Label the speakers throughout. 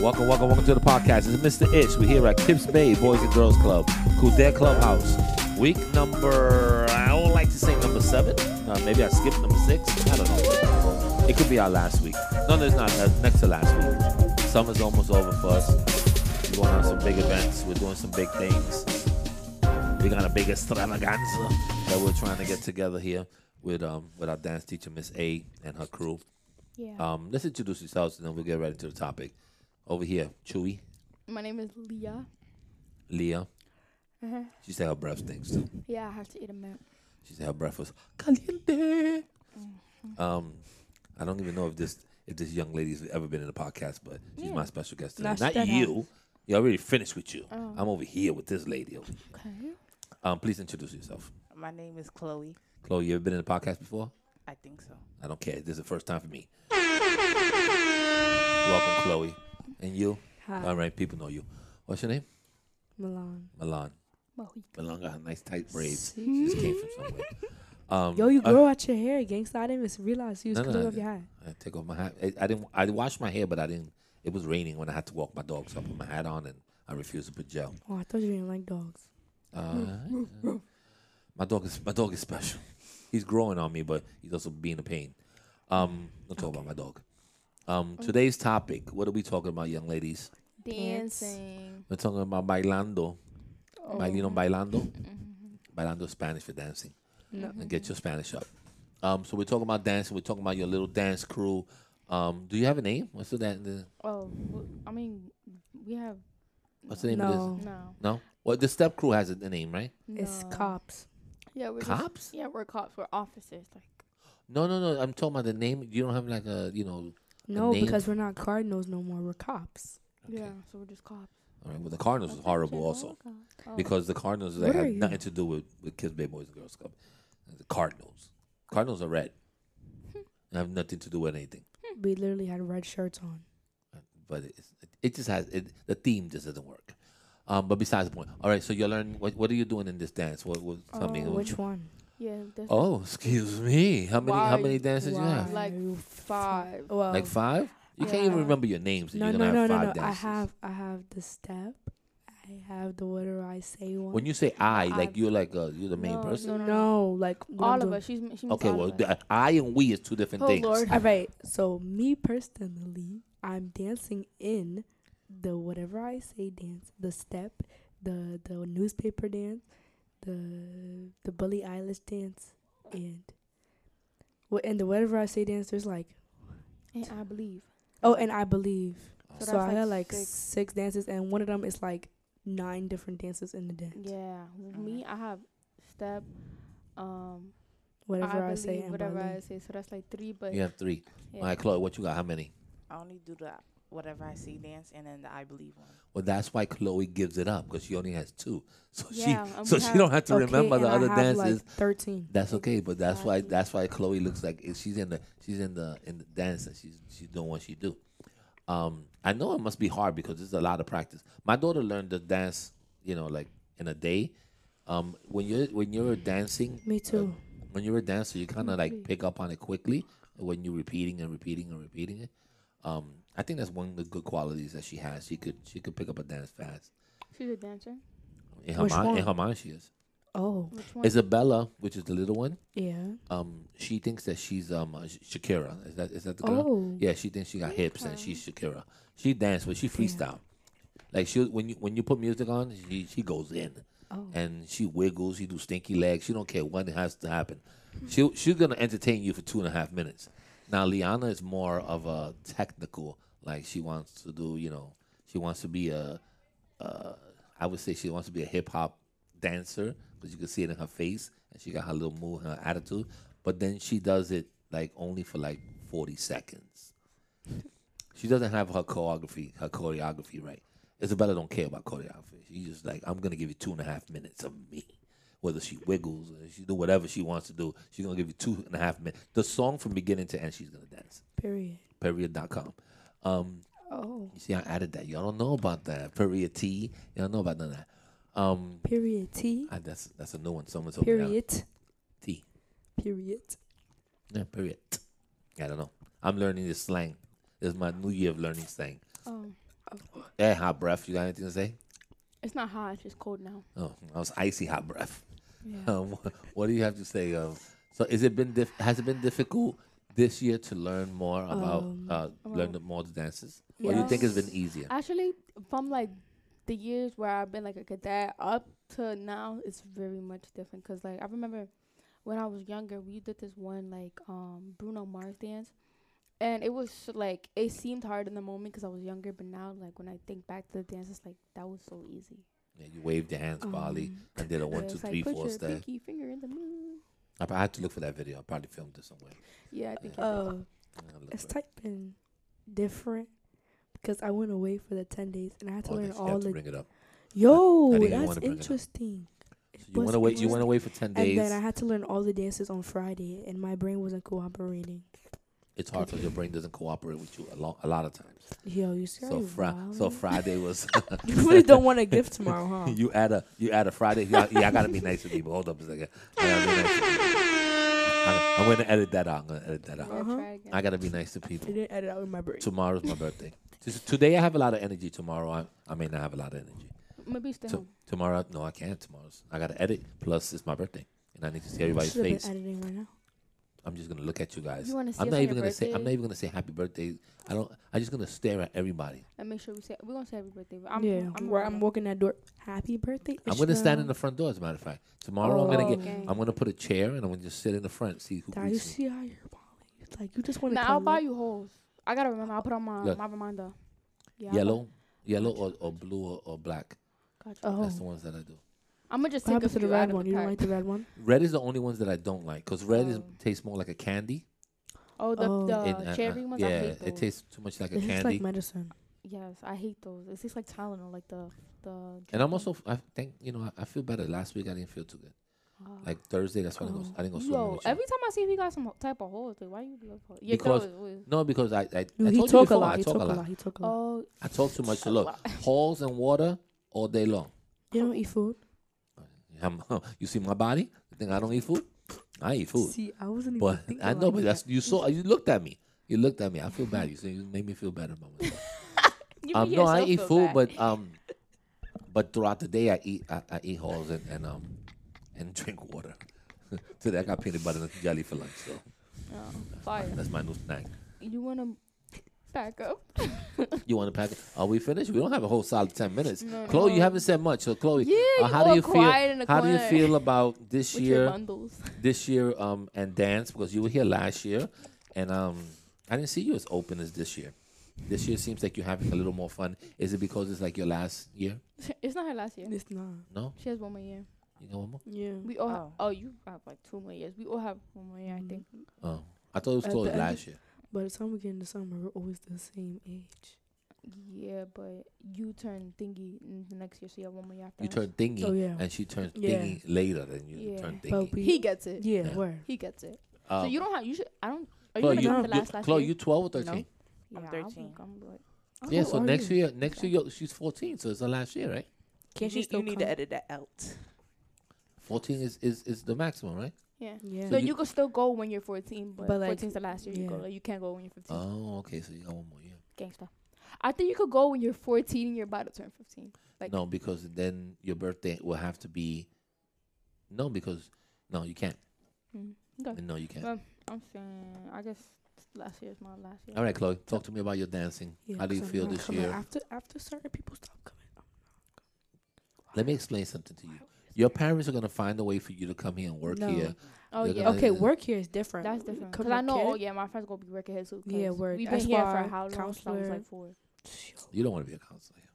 Speaker 1: Welcome, welcome, welcome to the podcast. It's Mr. Itch. We're here at Kips Bay Boys and Girls Club, Kudet Clubhouse. Week number, I don't like to say number seven. Uh, maybe I skipped number six. I don't know. It could be our last week. No, there's not. Uh, next to last week. Summer's almost over for us. We're going on some big events. We're doing some big things. We got a big extravaganza that we're trying to get together here with um with our dance teacher Miss A and her crew.
Speaker 2: Yeah.
Speaker 3: Uh,
Speaker 1: Um, let's introduce yourselves and then we'll get right into the topic. Over here, Chewy,
Speaker 2: My name is Leah.
Speaker 1: Leah.
Speaker 2: Uh-huh.
Speaker 1: She said her breath stinks too.
Speaker 2: Yeah, I have to eat a mint.
Speaker 1: She said her breath was caliente.
Speaker 2: Mm-hmm.
Speaker 1: Um, I don't even know if this if this young lady's ever been in a podcast, but she's my special guest today.
Speaker 4: Nah, she
Speaker 1: Not
Speaker 4: done
Speaker 1: you. You already finished with you.
Speaker 2: Oh.
Speaker 1: I'm over here with this lady. over here.
Speaker 2: Okay.
Speaker 1: Um, please introduce yourself.
Speaker 4: My name is Chloe.
Speaker 1: Chloe, you ever been in a podcast before?
Speaker 4: I think so.
Speaker 1: I don't care. This is the first time for me. Welcome, Chloe. And you?
Speaker 3: Hi,
Speaker 1: All right, people know you. What's your name?
Speaker 3: Milan.
Speaker 1: Milan.
Speaker 2: Well, we-
Speaker 1: Milan got nice tight braids. She just came from somewhere. Um,
Speaker 3: Yo, you
Speaker 1: I-
Speaker 3: grow out your hair, gangsta. I didn't even realize you was
Speaker 1: No, no,
Speaker 3: cutting
Speaker 1: no,
Speaker 3: off your hair.
Speaker 1: I take off my hat. I, I didn't. I washed my hair, but I didn't. It was raining when I had to walk my dog, so I put my hat on and I refused to put gel.
Speaker 3: Oh, I thought you didn't like dogs.
Speaker 1: Uh, my dog is my dog is special. He's growing on me, but he's also being a pain. Um, don't talk about my dog. Um, today's topic. What are we talking about, young ladies?
Speaker 3: Dance.
Speaker 2: dancing.
Speaker 1: We're talking about bailando.
Speaker 2: Oh.
Speaker 1: Bailino bailando.
Speaker 2: Mm-hmm.
Speaker 1: Bailando is Spanish for dancing.
Speaker 3: No.
Speaker 1: And get your Spanish up. Um, so we're talking about dancing. We're talking about your little dance crew. Um, do you have a name? What's the, dan- the
Speaker 2: Oh, w- I mean, we have
Speaker 1: What's the name of
Speaker 3: No.
Speaker 1: this?
Speaker 2: no.
Speaker 1: No. Well, the step crew has a the name, right?
Speaker 3: It's
Speaker 2: no.
Speaker 3: cops.
Speaker 2: Yeah, we're just-
Speaker 1: Cops?
Speaker 2: yeah, we're cops. We're officers. Like,
Speaker 1: No, no, no. I'm talking about the name. You don't have like a, you know.
Speaker 3: No,
Speaker 1: name?
Speaker 3: because we're not cardinals no more. We're cops.
Speaker 1: Okay.
Speaker 2: yeah. So we're just cops. Oh,
Speaker 1: All right. Well, the Cardinals is horrible also because the Cardinals they
Speaker 3: What
Speaker 1: have
Speaker 3: Oh. are you?
Speaker 1: nothing to do with with Kids Bay Boys and Girls Club. The Cardinals. Cardinals are red.
Speaker 3: Hmm.
Speaker 1: They have nothing to do with anything.
Speaker 2: Hmm.
Speaker 3: We literally had red shirts on.
Speaker 1: But it's, it just has it, the theme just doesn't work. Um, but besides the point. All right. So you're learning. What, what are you doing in this dance? What, what something?
Speaker 2: Oh,
Speaker 3: Which one?
Speaker 2: yeah. That's
Speaker 1: Oh, excuse me. How many? How
Speaker 2: Why-
Speaker 1: many dances you have?
Speaker 2: Like
Speaker 3: Five.
Speaker 2: five.
Speaker 3: Well,
Speaker 1: Like five? You can't even
Speaker 2: Yeah.
Speaker 1: remember your names. and
Speaker 3: no,
Speaker 1: you're
Speaker 3: no,
Speaker 1: gonna
Speaker 3: no,
Speaker 1: have
Speaker 3: no,
Speaker 1: five
Speaker 3: no. I
Speaker 1: dances.
Speaker 3: have, I have the step. I have the what do I say one.
Speaker 1: When you say I, like
Speaker 2: I've-
Speaker 1: you're like uh, you're the main
Speaker 2: No,
Speaker 1: person.
Speaker 3: no,
Speaker 2: no, no,
Speaker 3: like what I'm
Speaker 2: all of
Speaker 3: doing.
Speaker 2: us. She's she means
Speaker 1: Okay,
Speaker 2: all
Speaker 1: well,
Speaker 2: of us.
Speaker 1: the, I and we is two different
Speaker 2: Oh,
Speaker 1: things.
Speaker 2: Lord.
Speaker 3: All right. So me personally, I'm dancing in the whatever I say dance, the step, the the newspaper dance, the the Billie Eilish dance, and wha- and the whatever I say dance. There's like
Speaker 2: and I believe.
Speaker 3: oh, and I believe.
Speaker 1: So
Speaker 3: So,
Speaker 2: that's
Speaker 3: I
Speaker 2: like
Speaker 3: got like
Speaker 2: six.
Speaker 3: six. dances, and one of them is like nine different dances in the dance.
Speaker 2: Yeah, me. I have step. Um,
Speaker 3: Whatever I,
Speaker 2: I, believe,
Speaker 3: say and
Speaker 2: whatever
Speaker 3: Bali.
Speaker 2: I say. So that's like three, but
Speaker 1: You have three.
Speaker 2: yeah.
Speaker 1: All right, Chloe, what you got? How many?
Speaker 4: I only do the whatever I see dance and then the I believe one.
Speaker 1: Well, that's why Chloe gives it up because she only has two. So
Speaker 2: Yeah,
Speaker 1: she
Speaker 2: and
Speaker 1: so
Speaker 2: we
Speaker 1: she
Speaker 2: have-
Speaker 1: don't have to
Speaker 3: Okay,
Speaker 1: remember the
Speaker 3: and I
Speaker 1: other
Speaker 3: have,
Speaker 1: dances.
Speaker 3: like, Thirteen.
Speaker 1: that's okay, but that's why
Speaker 2: Exactly.
Speaker 1: that's why Chloe looks like if she's in the she's in the in the dance and she's she's doing what she do. Um, I know it must be hard because it's a lot of practice. My daughter learned to dance, you know, like in a day. Um, when you're when you're dancing,
Speaker 3: Me too.
Speaker 1: when you're a dancer, you kind of like pick up on it quickly when you're repeating and repeating and repeating it. Um, I think that's one of the good qualities that she has. She could she could pick up a dance fast.
Speaker 2: she's a dancer.
Speaker 1: In her
Speaker 3: Which
Speaker 1: mind, in
Speaker 3: one?
Speaker 1: her mind, she is.
Speaker 3: Oh
Speaker 2: Which one?
Speaker 1: Isabella, which is the little one,
Speaker 3: yeah.
Speaker 1: um, she thinks that she's um uh, Sh- Shakira. Is that is that the girl?
Speaker 3: Oh.
Speaker 1: Yeah, she thinks she got hips and she's Shakira. She danced, but she freestyle. Like she when you when you put music on, she she goes in,
Speaker 3: Oh.
Speaker 1: and she wiggles. She do stinky legs. She don't care when it has to happen. She she's gonna entertain you for two and a half minutes. Now Liana is more of a technical. Like she wants to do, you know, she wants to be a. Uh, I would say she wants to be a hip hop dancer because you can see it in her face and she got her little move, her attitude. But then she does it like only for like forty seconds. She doesn't have her choreography, her choreography right. Isabella don't care about choreography. She's just like, I'm gonna give you two and a half minutes of me. Whether she wiggles or she do whatever she wants to do, she's gonna give you two and a half minutes. The song from beginning to end, she's gonna dance.
Speaker 3: Period.
Speaker 1: Period.com. Um,
Speaker 3: Oh.
Speaker 1: you see, I added that. Y'all don't know about that. Period T. Y'all don't know about none of that. Um,
Speaker 3: Period. T.
Speaker 1: I, that's that's a new one. Someone told me. that.
Speaker 3: Period.
Speaker 1: T.
Speaker 3: Period.
Speaker 1: Yeah, period. I don't know. I'm learning this slang. This is my new year of learning slang.
Speaker 2: Um,
Speaker 1: Hey, hot breath. You got anything to say?
Speaker 2: It's not hot. It's just cold now.
Speaker 1: Oh, I was icy hot breath.
Speaker 2: Yeah.
Speaker 1: Um, wha- what do you have to say? Um, so, is it been diff- has it been difficult this year to learn more about
Speaker 3: Um,
Speaker 1: uh, learn
Speaker 2: well,
Speaker 1: more the dances? Or do you think it's been easier?
Speaker 2: Actually, from like the years where I've been like a cadet up to now, it's very much different. Cause like I remember when I was younger, we did this one like um Bruno Mars dance, and it was like it seemed hard in the moment because I was younger. But now, like when I think back to the dance, it's like that was so easy.
Speaker 1: Yeah, you waved your hands, Bali,
Speaker 3: Um,
Speaker 1: and did a
Speaker 2: But
Speaker 1: one, two,
Speaker 2: it's like,
Speaker 1: three,
Speaker 2: put
Speaker 1: four
Speaker 2: your
Speaker 1: step.
Speaker 2: pinky finger in the moon.
Speaker 1: I, I had to look for that video. I probably filmed it somewhere.
Speaker 2: Yeah, I think.
Speaker 1: Yeah.
Speaker 2: it-
Speaker 3: Oh,
Speaker 1: I'll look
Speaker 3: it's
Speaker 1: for it.
Speaker 3: typing different because I went away for the ten days and I had to
Speaker 1: Oh,
Speaker 3: learn
Speaker 1: next, you
Speaker 3: all
Speaker 1: have to
Speaker 3: the.
Speaker 1: bring it up. I
Speaker 3: Yo,
Speaker 1: didn't even
Speaker 3: that's
Speaker 1: wanna bring it up.
Speaker 3: interesting. It
Speaker 1: So you
Speaker 3: was
Speaker 1: went away. You
Speaker 3: interesting.
Speaker 1: went away for ten
Speaker 3: And
Speaker 1: days.
Speaker 3: then I had to learn all the dances on Friday, and my brain wasn't cooperating.
Speaker 1: it's hard because your brain doesn't cooperate with you a, lo- a lot of times.
Speaker 3: Yo, you scared
Speaker 1: So, fri- so Friday was
Speaker 3: you really don't want to give tomorrow, huh?
Speaker 1: you add a you add a Friday. Yeah, yeah, I gotta be nice to people. Hold up a second. I gotta be nice to people. I'm, I'm gonna edit that out. I'm gonna edit that out.
Speaker 2: Yeah,
Speaker 3: Uh-huh.
Speaker 2: try again.
Speaker 1: I gotta be nice to
Speaker 3: I
Speaker 1: people.
Speaker 3: didn't edit out in my brain.
Speaker 1: Tomorrow's my birthday. Tis- Today I have a lot of energy. Tomorrow I, I may not have a lot of energy.
Speaker 2: Maybe stay
Speaker 1: So-
Speaker 2: home.
Speaker 1: Tomorrow no, I can't. Tomorrow's I gotta edit. Plus it's my birthday, and I need to see everybody's
Speaker 3: Should have
Speaker 1: face.
Speaker 3: been editing right now.
Speaker 1: I'm just gonna look at you guys.
Speaker 2: You wanna see
Speaker 1: I'm
Speaker 2: us
Speaker 1: not
Speaker 2: on
Speaker 1: even
Speaker 2: your
Speaker 1: gonna say. I'm
Speaker 2: birthday?
Speaker 1: not even gonna say happy birthday. I don't. I'm just gonna stare at everybody.
Speaker 2: And make sure we say we're gonna say happy birthday. but I'm,
Speaker 3: yeah,
Speaker 2: I'm,
Speaker 3: where
Speaker 2: not
Speaker 3: I'm
Speaker 2: gonna-
Speaker 3: walking that door. Happy birthday!
Speaker 1: I'm gonna stand in
Speaker 3: Ishmael.
Speaker 1: the front door. As a matter of fact, tomorrow I'm gonna get.
Speaker 2: Okay.
Speaker 1: I'm gonna put a chair and I'm gonna just sit in the front, see who
Speaker 3: Dad, you
Speaker 1: greets me.
Speaker 3: see how you're balling? It's like you just want to.
Speaker 2: Now I'll buy you holes. I gotta remember. I'll put on my
Speaker 1: Look.
Speaker 2: my reminder. Yeah, I'll buy-
Speaker 1: Yellow, yellow or, or blue or, or black.
Speaker 2: Gotcha.
Speaker 3: Oh,
Speaker 1: That's the ones that I do.
Speaker 2: I'm gonna just take
Speaker 3: what
Speaker 2: a
Speaker 3: happened to
Speaker 2: few
Speaker 3: the
Speaker 2: out
Speaker 3: red
Speaker 2: of
Speaker 3: one?
Speaker 2: the
Speaker 3: you don't
Speaker 2: pack.
Speaker 3: like the red one?
Speaker 1: Red is the only ones that I don't like because red is,
Speaker 2: Oh.
Speaker 1: tastes more like a candy.
Speaker 2: Oh, the,
Speaker 3: Oh.
Speaker 2: the
Speaker 1: and, uh, uh,
Speaker 2: cherry ones.
Speaker 1: Yeah,
Speaker 2: I hate those.
Speaker 1: it tastes too much like a
Speaker 3: This is
Speaker 1: candy.
Speaker 3: like medicine.
Speaker 2: yes, I hate those. It tastes like Tylenol, like the the.
Speaker 1: and I'm also, I think, you know, I, I feel better. Last week I didn't feel too good.
Speaker 2: Oh.
Speaker 1: Like Thursday, that's why I didn't go,
Speaker 3: Oh.
Speaker 1: I didn't go swimming.
Speaker 2: Yo,
Speaker 1: with you.
Speaker 2: every time I see if you got some ho- type of holes, like, why you love holes? Your
Speaker 1: Because-
Speaker 2: toes, always-
Speaker 1: no, because I, I,
Speaker 3: No,
Speaker 1: I
Speaker 3: he
Speaker 1: told
Speaker 3: talk
Speaker 1: you
Speaker 3: a
Speaker 1: before,
Speaker 3: lot.
Speaker 1: I
Speaker 3: He
Speaker 1: talk a lot.
Speaker 3: He talk a lot.
Speaker 2: Oh,
Speaker 1: I talk too much. So look, halls and water all day long.
Speaker 3: You don't eat food.
Speaker 1: I'm, you see my body? You think I don't eat food? I eat food.
Speaker 3: See, I wasn't even
Speaker 1: But
Speaker 3: thinking
Speaker 1: I
Speaker 3: about
Speaker 1: know, but
Speaker 3: it.
Speaker 1: that's you saw. You looked at me. You looked at me. I feel bad. You said you made me feel better about myself.
Speaker 2: you
Speaker 1: um,
Speaker 2: make
Speaker 1: no, I
Speaker 2: yourself
Speaker 1: eat
Speaker 2: feel
Speaker 1: food,
Speaker 2: bad.
Speaker 1: but um, but throughout the day I eat I, I eat halls and, and um and drink water. Today I got peanut butter and jelly for lunch, so
Speaker 2: Oh, fire.
Speaker 1: that's my new snack.
Speaker 2: You wanna back up?
Speaker 1: You want to pack? it? Are we finished? We don't have a whole solid ten minutes.
Speaker 2: No,
Speaker 1: Chloe, you
Speaker 2: no.
Speaker 1: haven't said much, so Chloe,
Speaker 2: Yeah,
Speaker 1: uh,
Speaker 2: you
Speaker 1: how do
Speaker 2: all
Speaker 1: you
Speaker 2: quiet in
Speaker 1: feel?
Speaker 2: the
Speaker 1: How do you
Speaker 2: corner.
Speaker 1: feel about this
Speaker 2: With
Speaker 1: year?
Speaker 2: your bundles.
Speaker 1: this year um and dance because you were here last year and um I didn't see you as open as this year. This year seems like you're having a little more fun. Is it because it's like your last year?
Speaker 2: it's not her last year.
Speaker 3: It's not.
Speaker 1: No?
Speaker 2: She has one more year.
Speaker 1: You know one more?
Speaker 3: Yeah.
Speaker 2: We all have,
Speaker 4: Oh.
Speaker 2: oh, you have like two more years. We all have one more year, I
Speaker 3: Mhm.
Speaker 2: think.
Speaker 1: Oh. I thought it was
Speaker 3: At
Speaker 1: Chloe
Speaker 3: Uh, the end
Speaker 1: last
Speaker 3: of-
Speaker 1: year.
Speaker 3: By the time we get into summer, we're always the same age.
Speaker 2: Yeah, but you turn thingy in the next year, so you have one more year after.
Speaker 1: You
Speaker 2: us.
Speaker 1: turn thingy
Speaker 3: Oh yeah.
Speaker 1: and she turns
Speaker 3: Yeah.
Speaker 1: thingy later than you
Speaker 2: Yeah.
Speaker 1: turn
Speaker 3: But
Speaker 1: thingy.
Speaker 3: we,
Speaker 2: He gets it.
Speaker 3: yeah,
Speaker 1: Yeah.
Speaker 3: where?
Speaker 2: He gets it.
Speaker 1: Um,
Speaker 2: so you don't have. You should. I don't. Are
Speaker 1: Chloe,
Speaker 2: you gonna
Speaker 1: you,
Speaker 2: go
Speaker 3: remember
Speaker 2: to
Speaker 1: you-
Speaker 2: last last
Speaker 1: Chloe,
Speaker 2: year? Oh.
Speaker 1: you twelve or
Speaker 4: No.
Speaker 1: thirteen?
Speaker 2: yeah,
Speaker 4: I'm
Speaker 2: I would
Speaker 4: 13.
Speaker 2: come, but-
Speaker 3: How
Speaker 1: Yeah,
Speaker 3: old
Speaker 1: so
Speaker 3: are
Speaker 1: next
Speaker 3: you?
Speaker 1: year next year you're- she's fourteen, so it's her last year, right?
Speaker 3: Can't she
Speaker 4: you,
Speaker 3: still
Speaker 4: you need
Speaker 3: come?
Speaker 4: to edit that out.
Speaker 1: Fourteen is, is, is the maximum, right?
Speaker 2: Yeah.
Speaker 3: Yeah.
Speaker 2: So
Speaker 1: you-
Speaker 2: you could still go when you're 14, but,
Speaker 3: But, like,
Speaker 2: 14's the last year you go.
Speaker 3: yeah.
Speaker 2: Like, you can't go when you're 15.
Speaker 1: Oh, okay, so you got one more year.
Speaker 2: Gangsta. I think you could go when you're 14 and you're about to turn 15. Like-
Speaker 1: no, because then your birthday will have to be. No, because no, you can't.
Speaker 2: Mm. Okay.
Speaker 1: No, you can't.
Speaker 2: Well, I'm saying, I guess last year's my last year.
Speaker 1: All right, Chloe, talk to me about your dancing.
Speaker 3: Yeah,
Speaker 1: How do you
Speaker 3: 'cause I'm
Speaker 1: feel
Speaker 3: not
Speaker 1: this
Speaker 3: coming.
Speaker 1: year?
Speaker 3: After after certain people stop coming, I'm
Speaker 1: Let me explain something to you. Your parents are gonna find a way for you to come here and work
Speaker 3: No.
Speaker 1: here.
Speaker 2: Oh,
Speaker 1: They're
Speaker 2: yeah.
Speaker 1: gonna-
Speaker 3: Okay, work here is different.
Speaker 2: That's different.
Speaker 3: Come
Speaker 2: Because I
Speaker 3: to
Speaker 2: know, oh,
Speaker 3: kid-
Speaker 2: yeah, my friend's going to be working here too. 'cause
Speaker 3: Yeah, work.
Speaker 2: We've been
Speaker 3: That's
Speaker 2: here
Speaker 3: why
Speaker 2: for how long? Since I was
Speaker 3: counselor-
Speaker 2: like four.
Speaker 1: You don't want to be a counselor. here.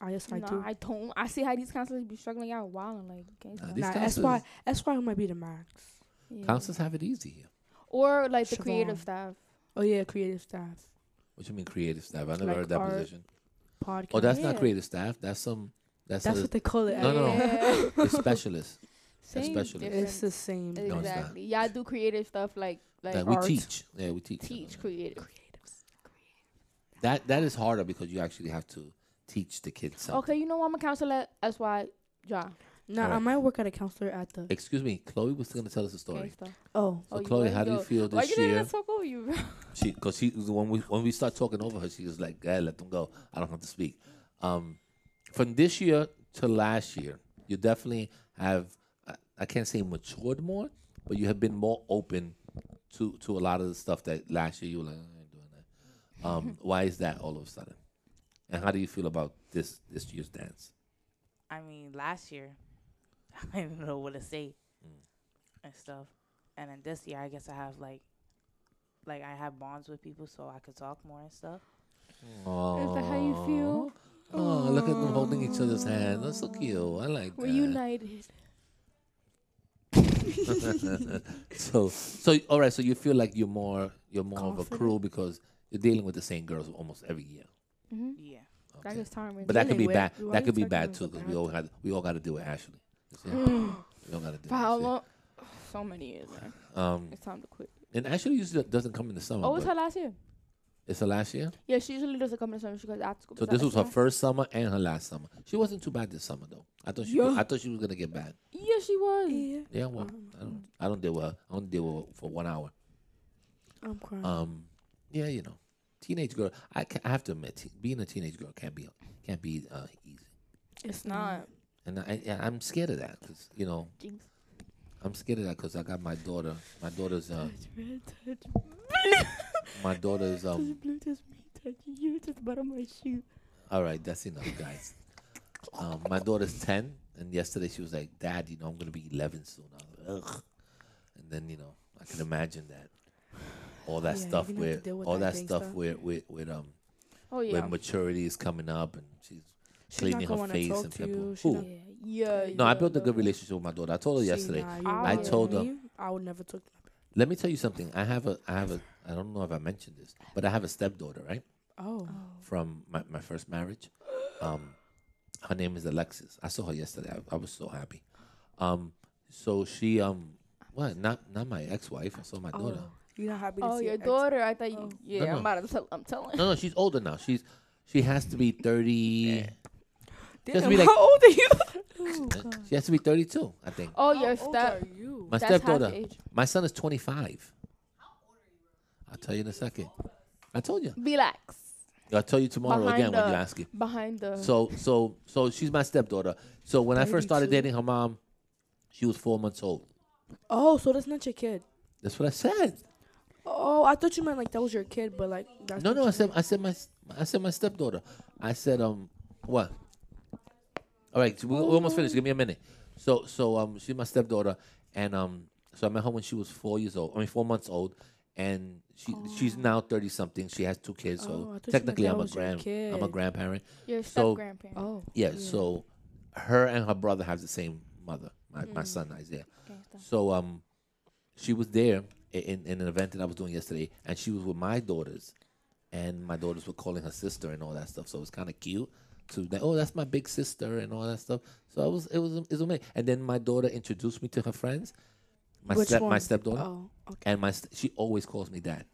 Speaker 3: I just I
Speaker 2: nah,
Speaker 3: do.
Speaker 2: I don't. I see how these counselors be struggling out wild and like. gangs
Speaker 1: Nah,
Speaker 2: up.
Speaker 1: these
Speaker 3: Nah, that's why
Speaker 1: counselors-
Speaker 3: that's why it might be the max.
Speaker 2: Yeah.
Speaker 1: Counselors have it easy here.
Speaker 2: Or like the creative
Speaker 3: Siobhan.
Speaker 2: staff.
Speaker 3: Oh yeah, creative staff
Speaker 1: What you mean creative staff? I never
Speaker 3: Like
Speaker 1: heard that
Speaker 3: art.
Speaker 1: position.
Speaker 3: podcast.
Speaker 1: Oh, that's not
Speaker 2: Yeah.
Speaker 1: creative staff. That's some. That's,
Speaker 3: that's
Speaker 1: a-
Speaker 3: what they call it.
Speaker 1: No,
Speaker 3: I-
Speaker 1: no, no.
Speaker 2: Yeah.
Speaker 1: it's specialist.
Speaker 2: Same
Speaker 1: specialist.
Speaker 3: It's
Speaker 2: difference.
Speaker 3: the same.
Speaker 1: it's not.
Speaker 2: Exactly. Yeah, I do creative stuff like like,
Speaker 1: Like we
Speaker 3: art.
Speaker 1: teach. Yeah, we teach.
Speaker 2: teach creative.
Speaker 3: Creatives.
Speaker 1: That that is harder because you actually have to teach the kids something.
Speaker 2: Okay, you know what? I'm a counselor. That's why, ja.
Speaker 3: Now
Speaker 1: Alright.
Speaker 3: I might work at a counselor at the.
Speaker 1: Excuse me, Chloe was going to tell us a story.
Speaker 2: Okay, so.
Speaker 3: Oh,
Speaker 1: So
Speaker 2: Oh, you
Speaker 1: Chloe,
Speaker 2: wanna
Speaker 1: how do you
Speaker 2: go?
Speaker 1: feel
Speaker 2: Why you
Speaker 1: this
Speaker 2: didn't
Speaker 1: year?
Speaker 2: even talk over you, bro?
Speaker 1: She, cause she, when we when we start talking over her, she was like, "Yeah, let them go. I don't have to speak." Um, from this year to last year, you definitely have. I, I can't say matured more, but you have been more open to to a lot of the stuff that last year you were like, "I ain't doing that." Um, why is that all of a sudden? And how do you feel about this this year's dance?
Speaker 4: I mean, last year, I didn't know what to say
Speaker 3: Mm.
Speaker 4: and stuff. And then this year, I guess I have like, like I have bonds with people, so I could talk more and stuff.
Speaker 2: Is that how you feel?
Speaker 1: Oh, look at them holding each other's hands. That's so cute. I like
Speaker 2: We're
Speaker 1: that.
Speaker 2: united.
Speaker 1: so so all right so you feel like you're more you're more of a
Speaker 3: Confident.
Speaker 1: crew because you're dealing with the same girls almost every year
Speaker 2: Mm-hmm.
Speaker 4: Yeah.
Speaker 2: That
Speaker 1: Okay.
Speaker 2: is tolerance.
Speaker 1: but that could be
Speaker 3: Anyway,
Speaker 1: bad
Speaker 3: why
Speaker 1: that
Speaker 3: you
Speaker 1: could be
Speaker 3: talking
Speaker 1: bad
Speaker 3: about
Speaker 1: too because
Speaker 3: that?
Speaker 1: we all had we all got to deal with ashley You see? we all got to deal
Speaker 2: Mm-hmm. For how
Speaker 1: with
Speaker 2: Mm. long? So many years. Man.
Speaker 1: Ashley. um
Speaker 2: It's time to quit.
Speaker 1: and ashley usually doesn't come in the summer
Speaker 2: Oh, it's
Speaker 1: but
Speaker 2: her last year.
Speaker 1: it's her last year
Speaker 2: Yeah, she usually doesn't come in the summer. She goes after school.
Speaker 1: so
Speaker 2: Is
Speaker 1: this
Speaker 2: that
Speaker 1: was her
Speaker 2: summer?
Speaker 1: first summer and her last summer she wasn't too bad this summer though i thought she
Speaker 2: Yeah.
Speaker 1: i thought she was gonna get bad
Speaker 2: Yeah, she was.
Speaker 3: yeah, Um,
Speaker 1: yeah well
Speaker 2: Mm-hmm.
Speaker 1: i don't i don't deal with her i don't deal with her for one hour
Speaker 3: I'm crying.
Speaker 1: Um, yeah, you know, teenage girl. I, ca- I have to admit, te- being a teenage girl can't be can't be uh, easy,
Speaker 2: It's not.
Speaker 1: and I, I I'm scared of that because you know
Speaker 2: Jinx.
Speaker 1: I'm scared of that because I got my daughter. My daughter's uh,
Speaker 3: Touch red, touch
Speaker 1: my daughter's um.
Speaker 3: touch blue, touch me, touch you, touch the bottom of my shoe.
Speaker 1: All right, that's enough, guys. Um, my daughter's ten, and yesterday she was like, "Dad, you know I'm gonna be 11 soon." I was like, Ugh. And then you know, I can imagine that all that
Speaker 3: Yeah, you're
Speaker 1: stuff
Speaker 3: gonna have to
Speaker 1: with
Speaker 3: deal with
Speaker 1: all
Speaker 3: that
Speaker 1: that
Speaker 3: gang
Speaker 1: stuff
Speaker 3: stuff.
Speaker 1: with with with um
Speaker 2: Oh yeah.
Speaker 1: with maturity is coming up, and she's
Speaker 3: She's not
Speaker 1: Cleaning her
Speaker 3: gonna wanna
Speaker 1: face
Speaker 3: talk
Speaker 1: and
Speaker 3: to
Speaker 1: pimple.
Speaker 3: you. She
Speaker 1: Who?
Speaker 3: not-
Speaker 2: yeah. Yeah.
Speaker 1: No, I
Speaker 2: yeah,
Speaker 1: built a
Speaker 2: no.
Speaker 1: good relationship with my daughter. I told her
Speaker 3: she
Speaker 1: yesterday.
Speaker 3: not- you
Speaker 2: I
Speaker 3: wouldn't
Speaker 1: told
Speaker 3: let
Speaker 1: her-
Speaker 3: me. I would never talk to my parents.
Speaker 1: Let me tell you something. I have a, I have a, I don't know if I mentioned this, but I have a stepdaughter, right,
Speaker 3: Oh,
Speaker 1: from my, my first marriage. Um, her name is Alexis. I saw her yesterday. I, I was so happy. Um, so she, um, what? Not not my ex-wife. I saw my daughter.
Speaker 3: oh, you're not happy to
Speaker 2: Oh,
Speaker 3: see
Speaker 2: your
Speaker 3: ex-
Speaker 2: daughter. I thought you.
Speaker 3: Oh.
Speaker 2: Yeah,
Speaker 1: No,
Speaker 2: I'm
Speaker 1: no.
Speaker 2: about to tell. I'm telling.
Speaker 1: No, no, she's older now. She's she has to be thirty. Just
Speaker 3: Damn,
Speaker 1: be like-
Speaker 3: how old are you? Oh,
Speaker 1: She has to be thirty-two, I think.
Speaker 2: Oh,
Speaker 3: How
Speaker 2: your
Speaker 3: old
Speaker 2: step.
Speaker 3: are you?
Speaker 1: My
Speaker 2: That's half
Speaker 1: stepdaughter.
Speaker 2: the age.
Speaker 1: My son is twenty-five. I'll tell you in a second. I told you.
Speaker 2: Relax.
Speaker 1: I'll tell you tomorrow
Speaker 2: Behind
Speaker 1: again when you
Speaker 2: the-
Speaker 1: ask it.
Speaker 2: Behind the.
Speaker 1: So so so she's my stepdaughter. So when I first started
Speaker 3: 32?
Speaker 1: dating her mom, she was four months old.
Speaker 3: Oh, so that's not your kid.
Speaker 1: That's what I said.
Speaker 3: Oh, I thought you meant like that was your kid, but like that's
Speaker 1: No
Speaker 3: not
Speaker 1: no I
Speaker 3: your
Speaker 1: said I said my I said my stepdaughter. I said um what? All right, so we, we almost finished. Give me a minute. So so um she's my stepdaughter, and um so I met her when she was four years old. I mean four months old, and she she's now thirty something. She has two kids,
Speaker 3: Oh, I thought you
Speaker 1: so
Speaker 3: meant
Speaker 1: technically
Speaker 3: that
Speaker 1: I'm a
Speaker 3: was your
Speaker 1: grand I'm a
Speaker 3: kid.
Speaker 1: grandparent.
Speaker 2: your
Speaker 1: so-
Speaker 2: step grandparent.
Speaker 3: Oh,
Speaker 1: Yeah, so her and her brother have the same mother. My
Speaker 3: Hmm.
Speaker 1: my son Isaiah. So um, she was there i- in, in an event that I was doing yesterday, and she was with my daughters, and my daughters were calling her sister and all that stuff. So it was kind of cute to that. Oh, that's my big sister and all that stuff. So I was it was it was amazing. And then my daughter introduced me to her friends. My
Speaker 3: Which
Speaker 1: step my
Speaker 3: one?
Speaker 1: stepdaughter
Speaker 3: Oh, okay.
Speaker 1: and my st- she always calls me dad.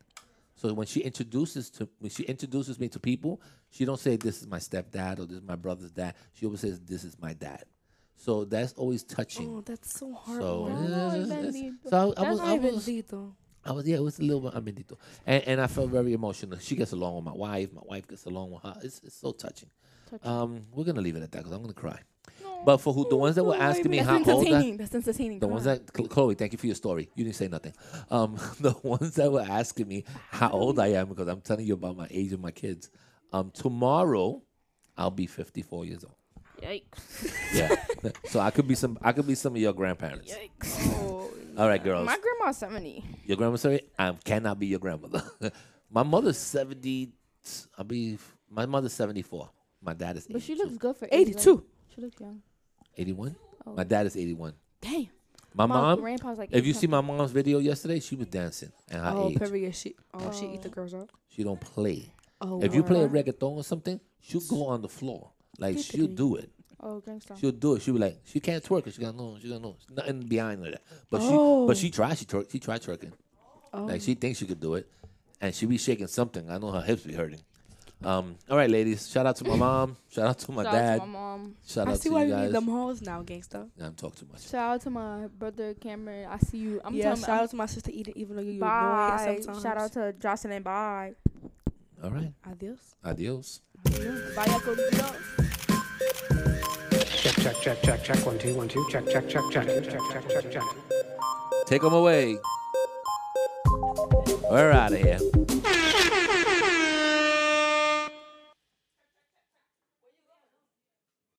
Speaker 1: So when she introduces to when she introduces me to people, she don't say this is my stepdad or this is my brother's dad. She always says this is my dad. So that's always touching.
Speaker 3: Oh, that's so hard.
Speaker 1: So,
Speaker 2: No, no, it's bendito.
Speaker 1: so I, I
Speaker 2: That's
Speaker 1: was,
Speaker 3: That's
Speaker 1: I
Speaker 3: not even
Speaker 1: was,
Speaker 3: Zito.
Speaker 1: I was, yeah, it was a little bit amendito, and and I felt very emotional. She gets along with my wife. My wife gets along with her. It's, it's so touching.
Speaker 2: Touching.
Speaker 1: Um, we're gonna leave it at that because I'm gonna cry. But for who the ones that were asking me
Speaker 2: That's
Speaker 1: how old I,
Speaker 2: entertaining. That's entertaining.
Speaker 1: the
Speaker 2: Come
Speaker 1: ones
Speaker 2: on.
Speaker 1: that Cl- Chloe, thank you for your story. You didn't say nothing. Um, the ones that were asking me how old I am because I'm telling you about my age and my kids. Um, tomorrow, I'll be 54 years old.
Speaker 2: Yikes.
Speaker 1: Yeah, so I could be some. I could be some of your grandparents.
Speaker 2: Yikes.
Speaker 1: All right, girls.
Speaker 2: My grandma's 70.
Speaker 1: Your grandma's sorry? I cannot be your grandmother. my mother's 70. I'll be. My mother's 74. My dad is 82.
Speaker 2: But she looks good for 80, like,
Speaker 3: 82.
Speaker 2: she looks young.
Speaker 1: 81.
Speaker 2: Oh.
Speaker 1: My dad is 81.
Speaker 2: Damn.
Speaker 1: My, mom.
Speaker 2: grandpa's like
Speaker 1: If you
Speaker 2: 80
Speaker 1: see my mom's video yesterday, she was dancing and her
Speaker 3: Oh,
Speaker 1: age.
Speaker 3: period. She, oh, she eat the girls up.
Speaker 1: She don't play.
Speaker 3: Oh,
Speaker 1: if you play a
Speaker 3: word.
Speaker 1: reggaeton or something, she'll go on the floor. Like she'll do it.
Speaker 2: something. Oh, gangsta.
Speaker 1: She'll do it. She'll be like, she can't twerk. She got no. She got no. Nothing behind her. But she.
Speaker 3: Oh.
Speaker 1: But she tried. She twerk. She tried twerking. Like she thinks she could do it, and she be shaking something. I know her hips be hurting. Um, all right, ladies. Shout out to my mom. Shout out to my
Speaker 2: Shout out
Speaker 1: dad.
Speaker 2: to my mom.
Speaker 1: Shout
Speaker 3: I
Speaker 1: out
Speaker 3: see
Speaker 1: to
Speaker 3: why
Speaker 1: you
Speaker 3: we need
Speaker 1: guys.
Speaker 3: them hoes now, gangsta.
Speaker 1: Yeah, I'm talking too much.
Speaker 2: Shout out to my brother Cameron. I see you. I'm
Speaker 3: yeah,
Speaker 2: telling
Speaker 3: shout out to my sister Eden, even though you annoy
Speaker 2: bye.
Speaker 3: her sometimes.
Speaker 2: Shout out to Jocelyn. Bye.
Speaker 1: All right.
Speaker 3: Adios.
Speaker 1: Adios.
Speaker 2: Vaya con Dios.
Speaker 5: Check, check, check, check, check. One, two, one, two. Check, check, check, check, check, check, check, check, check.
Speaker 1: Take them away. We're out of here.